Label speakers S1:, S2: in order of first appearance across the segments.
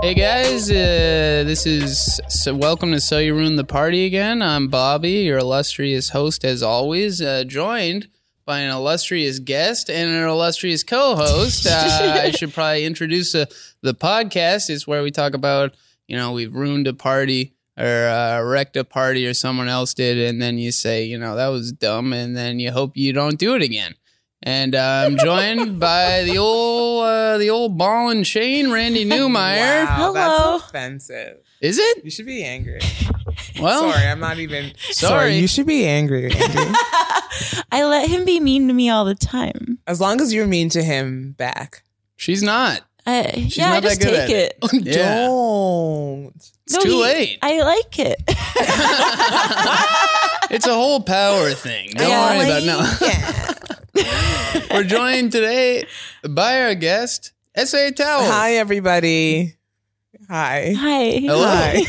S1: Hey guys, uh, this is so welcome to So You Ruined the Party again. I'm Bobby, your illustrious host as always, uh, joined by an illustrious guest and an illustrious co-host. Uh, I should probably introduce uh, the podcast. It's where we talk about you know we've ruined a party or uh, wrecked a party or someone else did, and then you say you know that was dumb, and then you hope you don't do it again. And uh, I'm joined by the old uh, the old ball and chain, Randy Newmeyer.
S2: Wow,
S3: Hello.
S2: that's offensive.
S1: Is it?
S2: You should be angry.
S1: Well,
S2: sorry, I'm not even.
S1: Sorry.
S2: you should be angry. Andy.
S3: I let him be mean to me all the time.
S2: as long as you're mean to him back.
S1: she's not.
S3: I, Uh, yeah,
S1: not
S3: I just
S1: that good
S3: take
S1: at it.
S3: it.
S1: Yeah.
S2: Don't.
S1: It's too
S3: he-
S1: late.
S3: I like it.
S1: it's a whole power thing. Don't
S3: Yeah,
S1: worry
S3: like-
S1: about it.
S2: Yeah.
S1: No. We're joined today by our guest, S.A. Tower.
S3: Oh.
S2: Hi, everybody. Hi.
S3: Hi.
S1: Hello.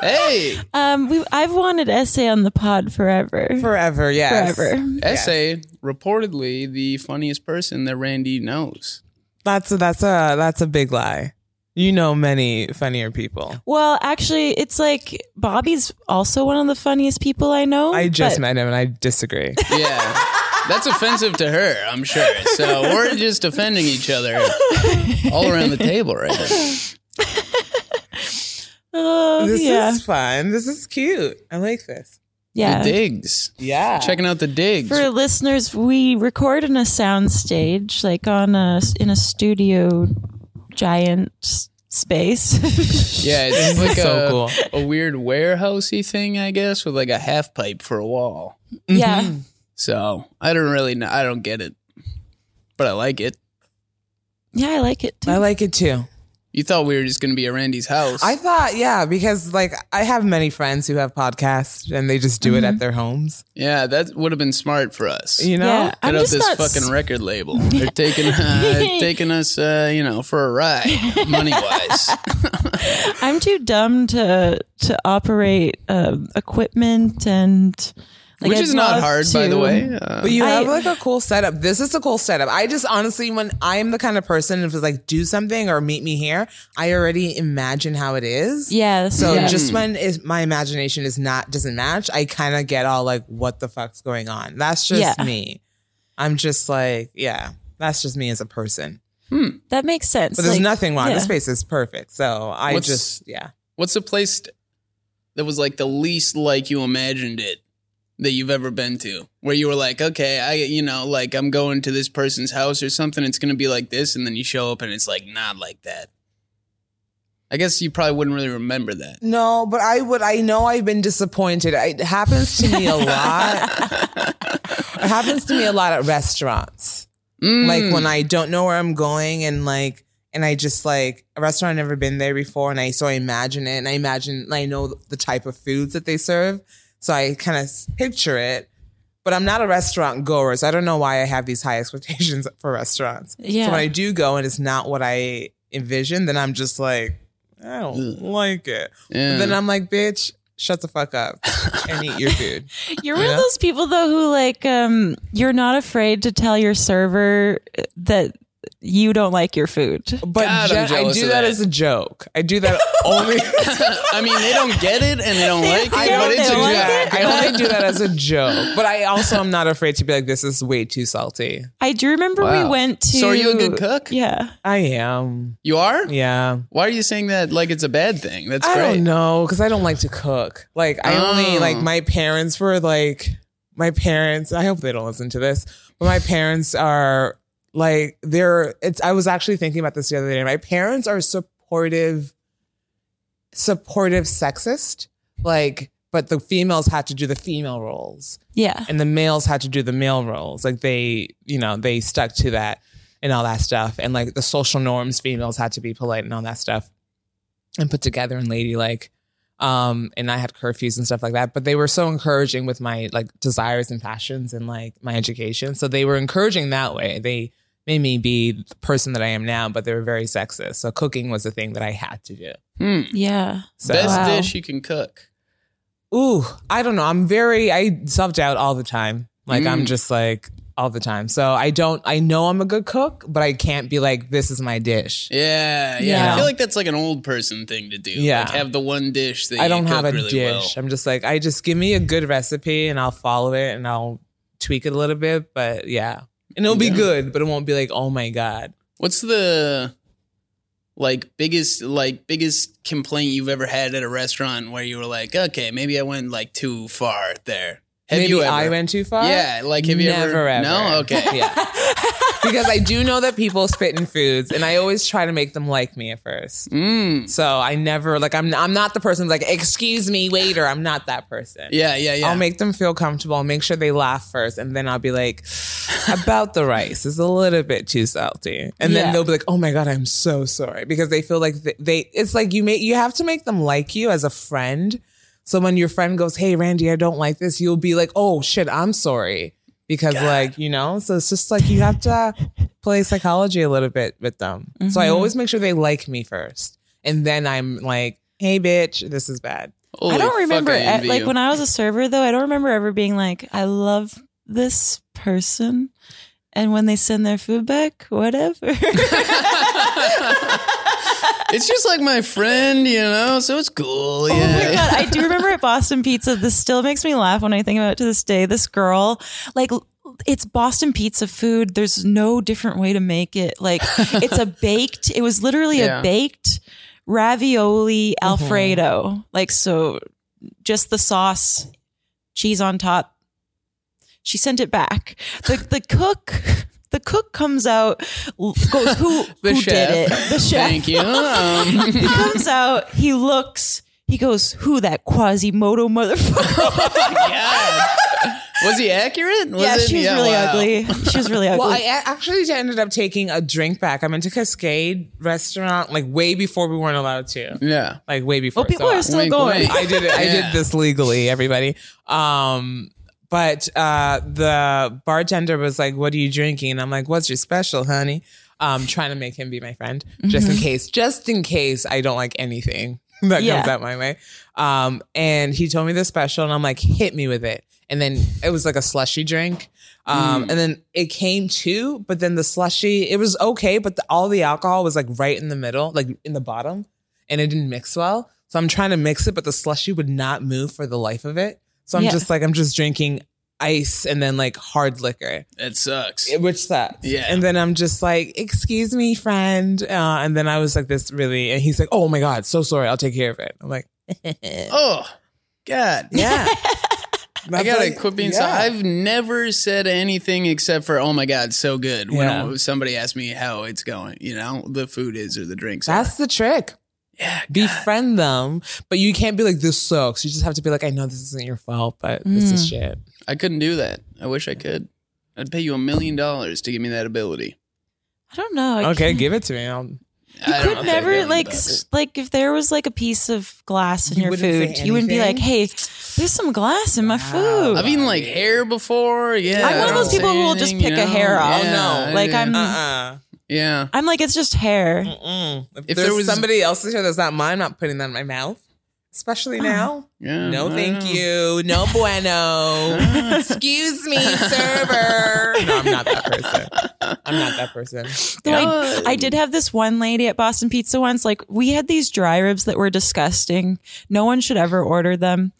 S1: Hey,
S3: Um, we I've wanted essay on the pod forever.
S2: Forever, yes.
S3: Forever.
S1: S.A., reportedly the funniest person that Randy knows.
S2: That's a, that's a that's a big lie. You know many funnier people.
S3: Well, actually, it's like Bobby's also one of the funniest people I know.
S2: I
S3: Oh,
S2: just
S3: but
S2: met him and I disagree.
S1: Yeah. That's offensive to her, I'm sure. So we're just offending each other all around the table right now.
S3: Oh,
S2: this
S3: yeah.
S2: is fun. This is cute. I like this.
S3: yeah.
S1: The digs.
S2: Yeah.
S1: Checking out the digs.
S3: For listeners, we record in a soundstage, like on a in a studio, giant s- space.
S1: yeah, it's like
S2: so
S1: a,
S2: cool.
S1: a weird warehousey thing, I guess, with like a half pipe for a wall. Mm-hmm.
S3: yeah.
S1: So I don't really know. I don't get it, but I like it.
S3: Yeah, I like it too.
S2: I like it too.
S1: You thought we were just going to be at Randy's house.
S2: I thought, yeah, because like I have many friends who have podcasts and they just do it
S3: Mm-hmm.
S2: at their homes.
S1: yeah, that would have been smart for us.
S2: You know,
S3: yeah,
S1: Get
S3: I'm
S1: out
S3: just
S1: this
S3: not
S1: fucking record label. They're taking uh, taking us, uh, you know, for a ride, money wise.
S3: I'm too dumb to to operate um, equipment and like,
S1: Which
S3: I'd
S1: is not
S3: love
S1: hard, by the
S3: to-
S1: way. Uh,
S2: but you have
S3: I-
S2: like a cool setup. This is a cool setup. I just honestly, when I'm the kind of person if it's like do something or meet me here, I already imagine how it is.
S3: Yeah.
S2: So
S3: yeah.
S2: just when is my imagination is not doesn't match, I kind of get all like, what the fuck's going on? That's just
S3: Yeah.
S2: me. I'm just like, yeah, that's just me as a person.
S3: that makes sense.
S2: But there's
S3: Like,
S2: nothing wrong. The
S3: yeah.
S2: space is perfect. So I
S1: What's-
S2: just, yeah.
S1: What's the place that was like the least like you imagined it that you've ever been to? Where you were like, okay, I, you know, like I'm going to this person's house or something. It's going to be like this. And then you show up and it's like, not like that. I guess you probably wouldn't really remember that.
S2: No, but I would. I know I've been disappointed. It happens to me a lot. it happens to me a lot at restaurants.
S1: Mm.
S2: Like when I don't know where I'm going, and like, and I just like a restaurant I've never been there before, and I so I imagine it, and I imagine and I know the type of foods that they serve, so I kind of picture it. But I'm not a restaurant goer, so I don't know why I have these high expectations for restaurants.
S3: Yeah.
S2: So when I do go and it's not what I envision, then I'm just like, I don't
S1: Ugh.
S2: like it.
S1: Yeah.
S2: Then I'm like, bitch, shut the fuck up and eat your food.
S3: you're one
S2: Yeah.
S3: of those people though who like um you're not afraid to tell your server uh, that you don't like your food.
S2: But
S1: God, I'm
S2: gen- I
S1: jealous
S2: do
S1: of
S2: that,
S1: that.
S2: as a joke. I do that only.
S1: I mean, they don't get it and they don't like it,
S3: I
S2: I
S3: know
S1: but
S2: only
S1: it's
S3: they
S1: a
S2: do
S3: like
S1: joke.
S3: it.
S2: that. I only do that as a joke. But I also am not afraid to be like, this is way too salty.
S3: I do remember
S1: Wow.
S3: we went to
S1: So are you a good cook?
S3: Yeah.
S2: I am.
S1: You are?
S2: Yeah.
S1: Why are you saying that like it's a bad thing? That's
S2: I
S1: great.
S2: don't know because I don't like to cook. Like I only
S1: Oh.
S2: like my parents were like my parents. I hope they don't listen to this, but my parents are like they're. It's. I was actually thinking about this the other day. My parents are supportive, supportive sexist. Like, but the females had to do the female roles
S3: Yeah.
S2: and the males had to do the male roles. Like they, you know, they stuck to that and all that stuff. And like the social norms, females had to be polite and all that stuff and put together and ladylike. Um, and I had curfews and stuff like that, but they were so encouraging with my like desires and passions and like my education. So they were encouraging that way. They made me be the person that I am now, but they were very sexist. So cooking was the thing that I had to do.
S1: Hmm.
S3: Yeah.
S2: So
S1: Best
S3: Wow.
S1: dish you can cook.
S2: ooh, I don't know. I'm very I self doubt all the time. Like I'm
S1: Mm.
S2: just like all the time. So I don't. I know I'm a good cook, but I can't be like this is my dish.
S1: Yeah, yeah, I
S3: Yeah.
S1: feel like that's like an old person thing to do.
S2: Yeah.
S1: like have the one dish that
S2: I
S1: you
S2: don't
S1: cook
S2: have a
S1: really Well.
S2: dish. I'm just like I just give me a good recipe and I'll follow it and I'll tweak it a little bit. But yeah, and it'll
S1: Yeah.
S2: be good, but it won't be like oh my god.
S1: What's the like biggest like biggest complaint you've ever had at a restaurant where you were like, okay, maybe I went like too far there? Have
S2: Maybe
S1: you ever?
S2: I went too far.
S1: Yeah, like have you
S2: Never,
S1: ever?
S2: ever.
S1: No, okay.
S2: yeah. Because I do know that people spit in foods, and I always try to make them like me at first.
S1: Mm.
S2: So I never like I'm I'm not the person like excuse me waiter. I'm not that person.
S1: Yeah, yeah, yeah.
S2: I'll make them feel comfortable. I'll make sure they laugh first, and then I'll be like, "About the rice is a little bit too salty," and
S3: Yeah.
S2: then they'll be like, "Oh my god, I'm so sorry," because they feel like they, they it's like you make you have to make them like you as a friend. So when your friend goes, "Hey, Randy, I don't like this," you'll be like, "Oh shit, I'm sorry," because like you know. So it's just like you have to play psychology a little bit with them. So I
S1: Mm-hmm.
S3: Mhm.
S2: always make sure they like me first, and then I'm like, "Hey, bitch, this is bad."
S1: Holy
S3: I don't remember
S1: Fuck, I
S3: at,
S1: envy
S3: like
S1: you.
S3: when I was a server though. I don't remember ever being like, "I love this person," and when they send their food back, whatever.
S1: it's just like my friend, you know, so it's cool. Yeah.
S3: Oh my god, I do remember at Boston Pizza. This still makes me laugh when I think about it to this day. This girl, like, l- it's Boston Pizza food. There's no different way to make it. Like, it's a baked. It was literally
S1: Yeah. Mm-hmm.
S3: a baked ravioli alfredo. Like, so just the sauce, cheese on top. She sent it back. The the cook. The cook comes out, l- goes, who,
S1: The
S3: who
S1: chef.
S3: did it? The chef
S1: Thank you. Um,
S3: he comes out, he looks, he goes, Who that Quasimodo motherfucker?
S1: God. Was he accurate? Was
S3: yeah,
S1: it-
S3: she was really
S1: wow.
S3: ugly. She was really ugly.
S2: Well, I a- actually ended up taking a drink back. I went to Cascade Restaurant like way before we weren't allowed to.
S1: Yeah.
S2: Like way before.
S3: well, Oh, people
S2: So
S3: are still
S1: wink,
S3: going.
S1: wink.
S2: I did it. I
S1: Yeah.
S2: did this legally, everybody. Um, but uh, the bartender was like, "What are you drinking?" And I'm like, "What's your special, honey?" Um, trying to make him be my friend, just in case, just in case I don't like anything that
S3: Yeah.
S2: comes out my way. Um, and he told me the special, and I'm like, "Hit me with it." And then it was like a slushy drink. Um, and then it came to, but then the slushy, it was okay, but the, all the alcohol was like right in the middle, like in the bottom and it didn't mix well. So I'm trying to mix it, but the slushy would not move for the life of it. So I'm
S3: Yeah.
S2: just like, I'm just drinking ice and then like hard liquor,
S1: It sucks.
S2: which sucks.
S1: Yeah.
S2: And then I'm just like, excuse me, friend. Uh, and then I was like, this really, and he's like, oh my God, so sorry. I'll take care of it. I'm like,
S1: oh, God.
S2: yeah.
S1: I
S2: That's
S1: gotta
S2: like-
S1: quit being so.
S2: yeah.
S1: I've never said anything except for "Oh my god, so good." When
S2: Yeah.
S1: somebody asks me how it's going, you know, the food is or the drinks. are.
S2: That's the trick.
S1: yeah,
S2: Befriend them, but you can't be like, this sucks. You just have to be like, I know this isn't your fault, but this
S1: Mm.
S2: is shit.
S1: I couldn't do that. I wish I could. I'd pay you a million dollars to give me that ability.
S3: I don't know. I
S2: Okay,
S3: can't-
S2: give it to me. I'll,
S1: I
S3: You
S1: don't know
S3: could
S1: if they have
S3: never
S1: million
S3: like
S1: bucks.
S3: s- like if there was like a piece of glass in
S2: You
S3: your
S2: wouldn't say
S3: food, you wouldn't be like,
S2: anything?
S3: "Hey, there's some glass in my
S2: Wow.
S3: food."
S1: I've eaten like hair before. Yeah,
S3: I'm
S1: I
S3: one of
S1: don't
S3: those people
S1: say
S3: who will just
S1: anything,
S3: pick a hair off.
S1: Yeah,
S2: No,
S3: like,
S1: yeah.
S3: I'm-
S2: uh-uh.
S1: Yeah,
S3: I'm like, it's just hair.
S2: Mm-mm. If,
S1: If
S2: there's
S1: there was-
S2: somebody else's hair that's not mine, I'm not putting that in my mouth. Especially
S1: Uh-huh.
S2: now.
S1: yeah.
S2: Oh, No,
S1: I don't
S2: thank
S1: know.
S2: you. No bueno. Excuse me, server. No, I'm not that person. I'm not that person.
S3: Though
S1: God.
S3: I, I did have this one lady at Boston Pizza once. Like, we had these dry ribs that were disgusting. No one should ever order them.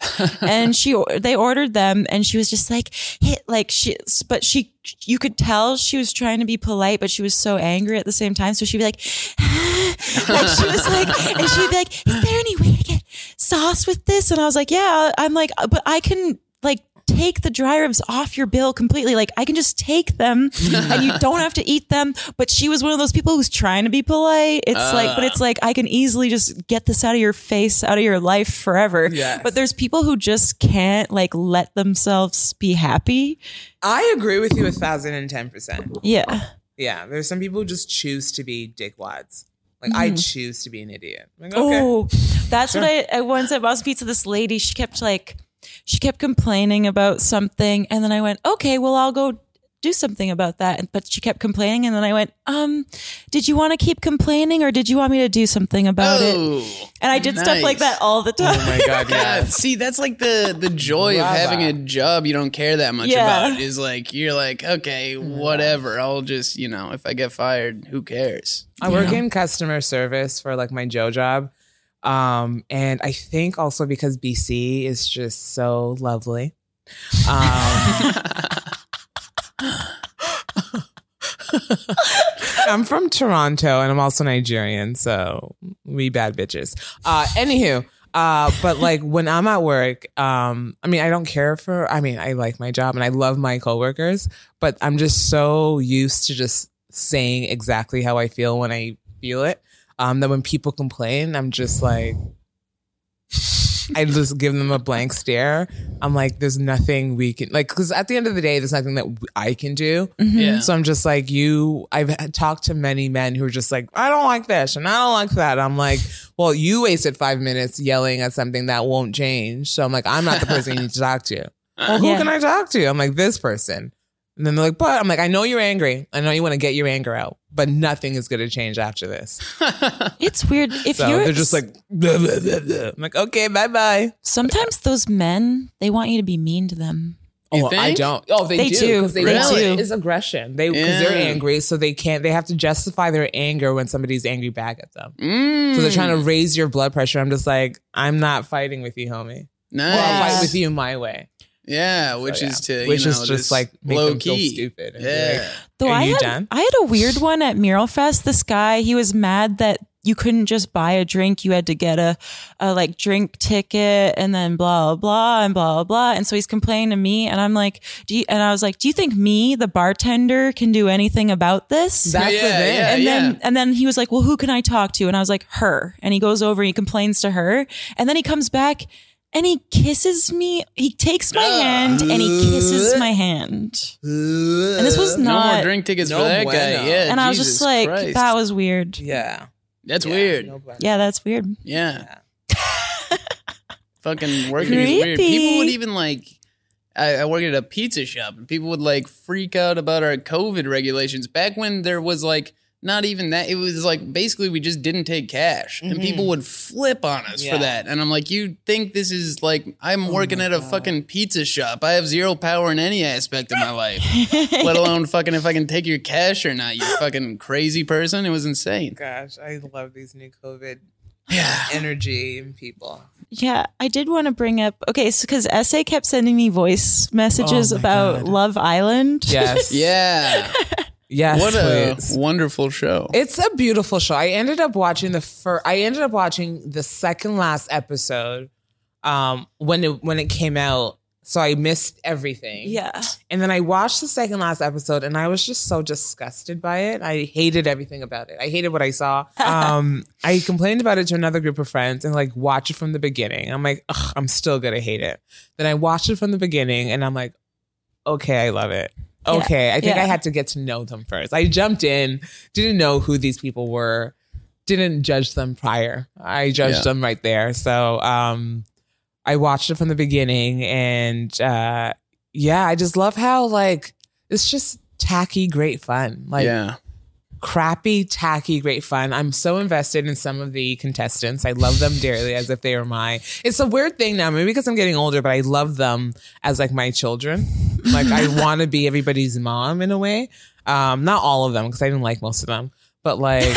S3: and she, they ordered them, and she was just like, hit, like she, but she, you could tell she was trying to be polite, but she was so angry at the same time. So she'd be like, like she was like, and she'd be like, is there any way to get sauce with this? And I was like, yeah. I'm like, "Uh, but I can like take the dry ribs off your bill completely. Like I can just take them and you don't have to eat them. But she was one of those people who's trying to be polite. It's like, but it's like, I can easily just get this out of your face, out of your life forever.
S2: Yes.
S3: But there's people who just can't like let themselves be happy.
S2: I agree with you a thousand and ten percent.
S3: Yeah.
S2: Yeah. There's some people who just choose to be dickwads. Like I choose to be an idiot. Like, okay.
S3: Oh, that's what I, I once at Boston Pizza. This lady, she kept like, she kept complaining about something, and then I went, okay, well, I'll go do something about that. And but she kept complaining, and then I went, um, did you want to keep complaining, or did you want me to do something about it? And I did
S1: Oh,
S3: stuff like
S1: nice.
S3: that all the time.
S2: Oh my god,
S1: Yeah,
S2: yeah.
S1: see, that's like the the joy of
S2: Brava.
S1: having a job you don't care that much
S3: Yeah.
S1: about. Is like you're like, okay, whatever. I'll just you know, if I get fired, who cares?
S2: I work in customer service for like my Joe job. Um, and I think also because BC is just so lovely. Um, I'm from Toronto and I'm also Nigerian, so we bad bitches. Uh, anywho, uh, but like when I'm at work, um, I mean, I don't care for, I mean, I like my job and I love my coworkers, but I'm just so used to just saying exactly how I feel when I feel it. Um, that when people complain, I'm just like, I just give them a blank stare. I'm like, there's nothing we can like, because at the end of the day, there's nothing that I can do.
S3: Mhm.
S1: Yeah.
S2: So I'm just like, you, I've had- talked to many men who are just like, I don't like this and I don't like that. I'm like, well, you wasted five minutes yelling at something that won't change. So I'm like, I'm not the person you need to talk to. Well, who
S3: Yeah.
S2: can I talk to? I'm like, this person. And then they're like, but I'm like, I know you're angry. I know you want to get your anger out, but nothing is going to change after this.
S3: It's weird if
S2: So
S3: you're
S2: they're just like, blah, blah, blah, blah. I'm like, okay, bye bye.
S3: Sometimes those men, they want you to be mean to them.
S1: You
S2: Oh, I
S1: think?
S2: don't. Oh, they,
S3: They do.
S2: 'cause They
S1: They
S2: want
S1: do.
S2: it. It's aggression. They because they're
S1: Yeah.
S2: angry, so they can't. They have to justify their anger when somebody's angry back at them.
S1: Mm,
S3: Hmm.
S2: So they're trying to raise your blood pressure. I'm just like, I'm not fighting with you, homie.
S1: nice.
S2: Well, I'll
S3: Yeah.
S2: fight with you my way.
S1: Yeah, which
S2: So, yeah.
S1: is to
S2: which
S1: you know,
S2: is just like make
S1: low
S2: them feel
S1: key.
S2: stupid. and be
S1: yeah.
S2: like,
S3: Though
S2: Are
S3: I
S2: you
S3: had
S2: done?
S3: I had a weird one at Mural Fest. This guy, he was mad that you couldn't just buy a drink. You had to get a, a like drink ticket and then blah blah blah and blah blah blah. And so he's complaining to me, and I'm like, do you, and I was like, do you think me, the bartender, can do anything about this?
S2: That's
S1: yeah,
S2: the thing.
S1: yeah,
S3: and
S1: yeah.
S3: then and then he was like, "Well, who can I talk to?" And I was like, "Her." And he goes over and he complains to her, and then he comes back and he kisses me. He takes my
S1: Ugh.
S3: hand and he kisses my hand.
S2: and
S3: this was
S1: no more
S3: not-
S1: drink tickets for
S2: No
S1: that guy.
S2: bueno.
S1: Yeah,
S3: And I was
S1: Jesus
S3: just like,
S1: Christ.
S3: "That was weird."
S2: yeah,
S1: that's
S2: Yeah,
S1: weird.
S2: no blood.
S3: Yeah, that's weird.
S1: Yeah.
S2: Yeah.
S1: Fucking working is weird.
S3: Creepy.
S1: People would even like. I, I worked at a pizza shop, and people would like freak out about our COVID regulations back when there was like not even that. It was like basically we just didn't take cash, and people would flip on us
S2: Yeah.
S1: for that. And I'm like, you think this is like I'm working at a fucking pizza shop? I have zero power in any aspect of my life, let alone fucking if I can take your cash or not. You fucking crazy person. It was insane.
S2: Gosh, I love these new COVID
S1: Yeah.
S2: energy and people.
S3: Yeah, I did want to bring up okay, so because Essay kept sending me voice messages
S2: Oh my
S3: about
S2: God.
S3: Love Island.
S2: Yes.
S1: Yeah.
S2: Yes.
S1: what a
S2: please.
S1: wonderful show.
S2: It's a beautiful show. I ended up watching the first. I ended up watching the second last episode um, when it when it came out. So I missed everything.
S3: yeah.
S2: And then I watched the second last episode, and I was just so disgusted by it. I hated everything about it. I hated what I saw. Um, I complained about it to another group of friends, and like watch it from the beginning. I'm like, Ugh, I'm still gonna hate it. Then I watched it from the beginning, and I'm like, okay, I love it.
S3: Yeah.
S2: Okay, I think
S3: Yeah.
S2: I had to get to know them first. I jumped in, didn't know who these people were, didn't judge them prior. I judged
S1: Yeah.
S2: them right there. So um, I watched it from the beginning, and uh, yeah, I just love how like it's just tacky, great fun. Like
S1: yeah.
S2: crappy, tacky, great fun. I'm so invested in some of the contestants. I love them dearly as if they were my. It's a weird thing now, maybe because I'm getting older, but I love them as like my children. Like I want to be everybody's mom in a way. Um, not all of them because I didn't like most of them, but like. I'm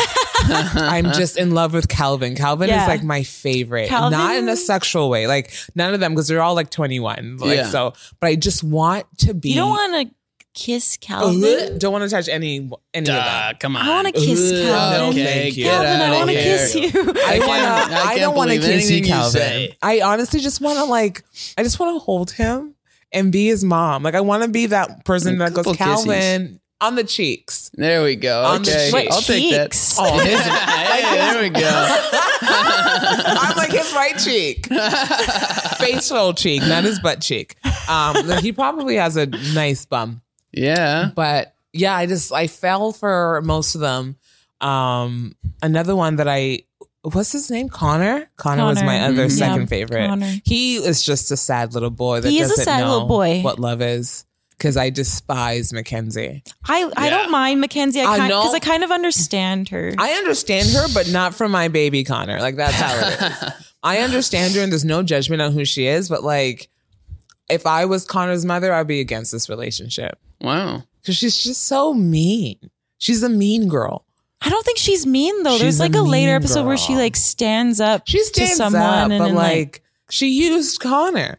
S1: Uh-huh.
S2: just in love with Calvin. Calvin
S3: Yeah.
S2: is like my favorite,
S3: Calvin-
S2: not in a sexual way. Like none of them, because they're all like 21. Like
S1: Yeah.
S2: so, but I just want to be.
S3: You don't want to kiss
S2: Ugh,
S3: Calvin.
S2: don't want to touch any any of them.
S1: Duh, come on.
S3: I want to kiss
S2: Ugh,
S3: Calvin.
S2: no, thank you.
S1: Get
S3: Calvin, I
S1: outta
S3: want to
S1: here.
S3: kiss you.
S2: I,
S1: can't-
S2: want to.
S1: I
S2: I,
S1: can't
S2: don't want to
S1: believe
S2: kiss you,
S1: anything you
S2: Calvin.
S1: say.
S2: I honestly just want to like. I just want to hold him and be his mom. Like I want to be that person
S1: A
S2: that goes
S1: couple kisses.
S2: Calvin on the cheeks.
S1: There we go.
S2: On the
S1: Okay.
S2: cheeks.
S1: I'll take that.
S3: Cheeks.
S2: Oh, his,
S1: Hey, there we go.
S2: I'm like his right cheek, facial cheek, not his butt cheek. Um, he probably has a nice bum.
S1: Yeah.
S2: but yeah, I just I fell for most of them. Um, another one that I what's his name? Connor. Connor, was
S3: Connor.
S2: my
S3: Mm-hmm.
S2: other
S1: Mhm.
S2: second
S3: Yeah,
S2: favorite.
S3: Connor.
S2: He is just a sad little boy that
S3: He is a
S2: doesn't
S3: sad
S2: know
S3: little boy.
S2: what love is. because I despise Mackenzie.
S3: I I
S1: Yeah.
S3: don't mind Mackenzie.
S2: I
S3: I kind
S2: know.
S3: because I kind of understand her.
S2: I understand her, but not for my baby Connor. Like that's how it is. I understand her, and there's no judgment on who she is. But like, if I was Connor's mother, I'd be against this relationship
S1: Wow.
S2: because she's just so mean. She's a mean girl.
S3: I don't think she's mean though.
S2: She's
S3: There's
S2: a
S3: like a later
S2: mean
S3: episode where she
S2: girl.
S3: like stands up
S2: She stands
S3: to someone
S2: up,
S3: and
S2: but
S3: then, like,
S2: like she used Connor.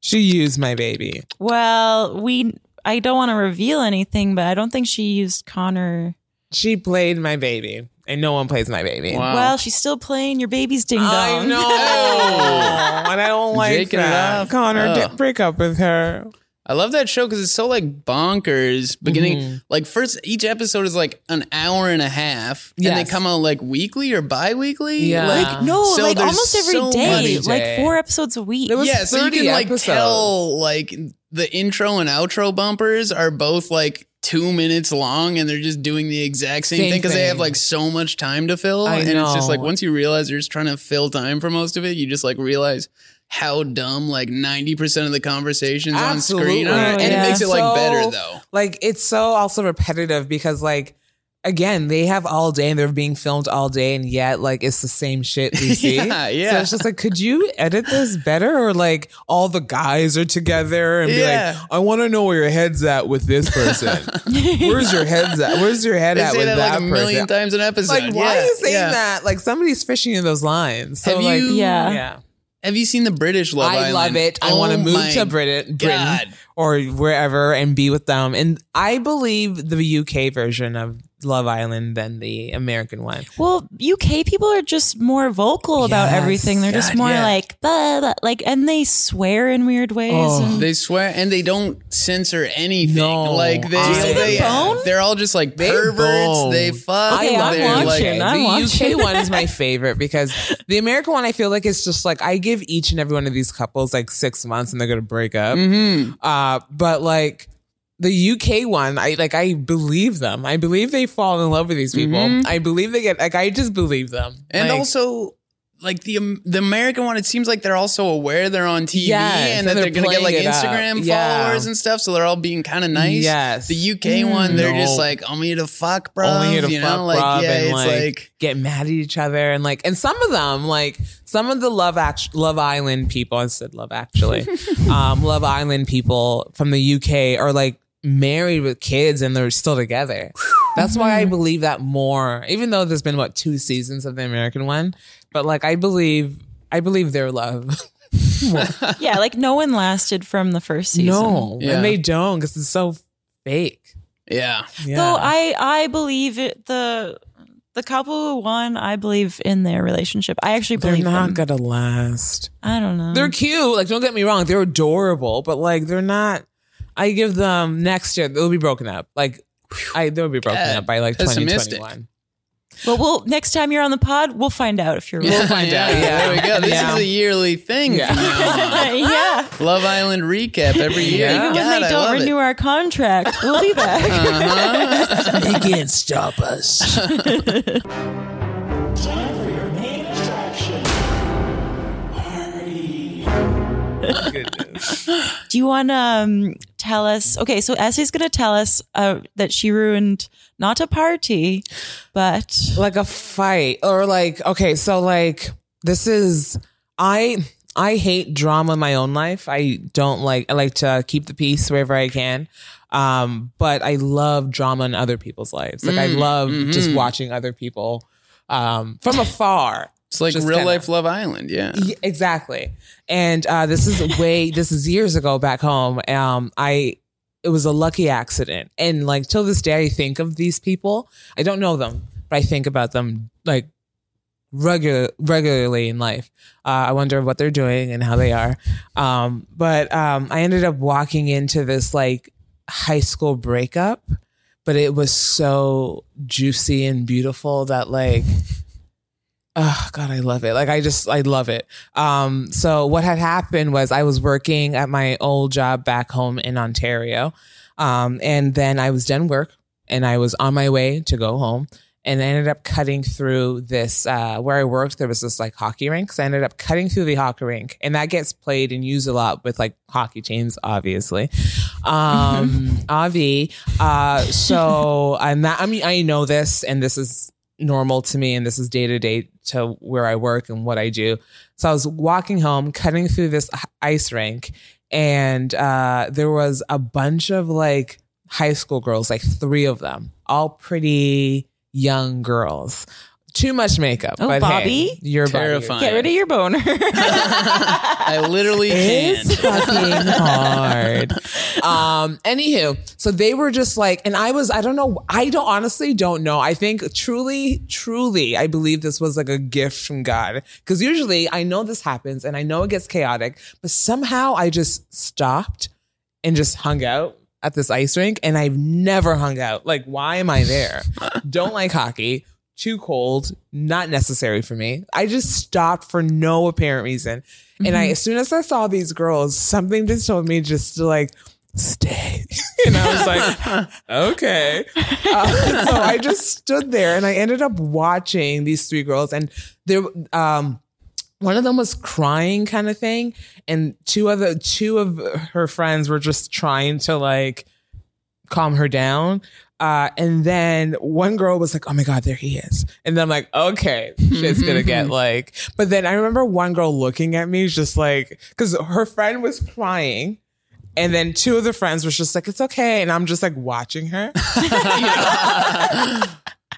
S2: She used my baby.
S3: well, we I don't want to reveal anything, but I don't think she used Connor.
S2: She played my baby, and no one plays my baby.
S1: Wow.
S3: Well, she's still playing your baby's ding dong.
S2: I know, and I don't like
S1: Jaking it
S2: that.
S1: up.
S2: Connor,
S1: Oh.
S2: d- break up with her.
S1: I love that show because it's so like bonkers. Beginning
S2: Mhm.
S1: like first each episode is like an hour and a half, and
S2: Yes.
S1: they come out like weekly or bi-weekly.
S2: Yeah.
S1: Like,
S3: No,
S1: So
S3: like
S1: there's
S3: almost every
S1: so
S3: day,
S2: many day.
S3: like four episodes a week.
S2: There was-
S1: yeah, so you
S2: 30
S1: can like
S2: episodes.
S1: tell like the intro and outro bumpers are both like two minutes long, and they're just doing the exact same,
S2: Same
S1: thing because they have
S2: thing.
S1: like so much time to fill,
S2: I
S1: and it's just like
S2: know.
S1: once you realize you're just trying to fill time for most of it, you just like realize. How dumb! Like ninety percent of the conversations on screen,
S2: Absolutely.
S1: are, and
S3: Yeah.
S1: it makes it like
S2: So-
S1: better though.
S2: like it's so also repetitive because like again they have all day and they're being filmed all day and yet like it's the same shit we see
S1: Yeah, yeah.
S2: so it's just like could you edit this better or like all the guys are together and be
S1: Yeah.
S2: like i want to know where your head's at with this person where's your head's at where's your head
S1: They
S2: at
S1: say
S2: with
S1: that,
S2: that,
S1: like a million
S2: person
S1: times an episode.
S2: like why
S1: Yeah,
S2: are you saying
S1: yeah.
S2: that like somebody's fishing in those lines so
S1: Have
S2: like
S1: you-
S3: Yeah.
S2: yeah
S1: Have you seen the British Love
S2: I
S1: Island?
S2: love it. I
S1: Oh
S2: want to move
S1: my
S2: to Britain,
S1: God.
S2: Britain or wherever and be with them. And I believe the UK version of Love Island than the American one.
S3: Well, UK people are just more vocal about
S2: Yes.
S3: everything. They're just
S1: God,
S3: more
S1: yeah.
S3: like, blah, blah, like, and they swear in weird ways.
S2: Oh.
S3: and-
S1: They swear and they don't censor anything.
S2: No.
S1: like they,
S2: Do you see them
S1: they
S3: bone?
S1: they're all just like
S2: They
S1: perverts.
S2: bone.
S1: They fuck.
S3: Okay, I'm
S1: they're
S2: the
S3: watching.
S2: UK.
S1: Like,
S3: I'm
S2: the
S3: watching.
S2: UK one is my favorite because the American one, I feel like it's just like I give each and every one of these couples like six months and they're gonna break up.
S3: Mm.
S1: mhm.
S2: Uh, but like the UK one, I like I believe them. I believe they fall in love with these people.
S3: Mm-hmm.
S1: Mhm.
S2: I believe they get like I just believe them.
S1: And
S2: Like,
S1: also. Like the um, the American one, it seems like they're also aware they're on TV
S2: Yes,
S1: and
S2: and
S1: that
S2: they're
S1: they're, gonna get like
S2: playing it up.
S1: Instagram
S2: Yeah.
S1: followers and stuff, so they're all being kind of nice.
S2: Yes.
S1: The UK one, they're just
S2: No.
S1: like, "Only to fuck, bro."
S2: only to
S1: you
S2: fuck
S1: know? like,
S2: Rob
S1: yeah,
S2: and
S1: it's
S2: like,
S1: like
S2: get mad at each other and like and some of them like some of the love act love island people I said love actually um love island people from the UK are like married with kids and they're still together. That's why I believe that more even though there's been what two seasons of the American one but like I believe I believe their love.
S3: yeah, like no one lasted from the first season.
S2: No,
S1: Yeah.
S2: and they don't cuz it's so fake.
S1: yeah,
S2: Yeah.
S3: Though I, I believe it, the the couple who won, I believe in their relationship. I actually
S2: they're
S3: believe
S2: not
S3: them.
S2: going to last.
S3: I don't know.
S2: They're cute. Like, don't get me wrong. They're adorable, but like, they're not. I give them next year. They'll be broken up. Like, I they'll be broken
S1: God,
S2: up by like
S1: pessimistic.
S2: 2021.
S3: But we'll next time you're on the pod, we'll find out if you're right.
S2: find
S1: yeah,
S2: out.
S1: There we go. This
S2: Yeah.
S1: is a yearly thing.
S2: Yeah.
S1: from now on.
S3: yeah.
S1: Love Island recap every year.
S2: Yeah.
S3: Even when
S1: God,
S3: they
S1: I
S3: don't
S1: love it.
S3: renew our contract, we'll be back.
S1: Uh-huh.
S2: They can't stop us.
S4: Time for your main attraction. Party.
S3: Do you want to um, tell us? Okay, so Essie's going to tell us uh, that she ruined not a party, but
S2: like a fight, or like okay, so like this is I I hate drama in my own life. I don't like. I like to keep the peace wherever I can. Um, but I love drama in other people's lives. Like I
S1: Mm,
S2: love just
S1: mhm.
S2: watching other people um from afar.
S1: It's like
S2: Just
S1: real
S2: kinda-
S1: life Love Island. Yeah.
S2: Yeah, exactly. And uh, this is way this is years ago back home. Um, I it was a lucky accident, and like till this day, I think of these people. I don't know them, but I think about them like regular regularly in life. Uh, I wonder what they're doing and how they are. Um, but um, I ended up walking into this like high school breakup, but it was so juicy and beautiful that like oh god i love it like i just i love it um so what had happened was i was working at my old job back home in ontario um and then i was done work and i was on my way to go home and I ended up cutting through this uh, where I worked. There was this like hockey rink, so I ended up cutting through the hockey rink, and that gets played and used a lot with like hockey teams, obviously. Um, Avi, uh, so I'm not. I mean, I know this, and this is normal to me, and this is day to day to where I work and what I do. So I was walking home, cutting through this h- ice rink, and uh, there was a bunch of like high school girls, like three of them, all pretty young girls. Too much makeup.
S3: Oh,
S2: but hey,
S3: Bobby?
S2: you're Bobby.
S1: Terrifying.
S3: Get rid of your boner.
S1: I literally can.
S2: It's fucking hard. Um, anywho, so they were just like, and I was, I don't know, I don't honestly don't know. I think truly, truly, I believe this was like a gift from God. Cause usually I know this happens and I know it gets chaotic, but somehow I just stopped and just hung out at this ice rink and I've never hung out. Like, why am I there? Don't like hockey. Too cold, not necessary for me. I just stopped for no apparent reason. And I, as soon as I saw these girls, something just told me just to like stay. and I was like, okay. Uh, so I just stood there and I ended up watching these three girls and there, um, one of them was crying kind of thing and two other two of her friends were just trying to like calm her down uh, and then one girl was like, "Oh my god, there he is!" And then I'm like, "Okay, shit's gonna get like." But then I remember one girl looking at me, just like, because her friend was crying, and then two of the friends was just like, "It's okay," and I'm just like watching her.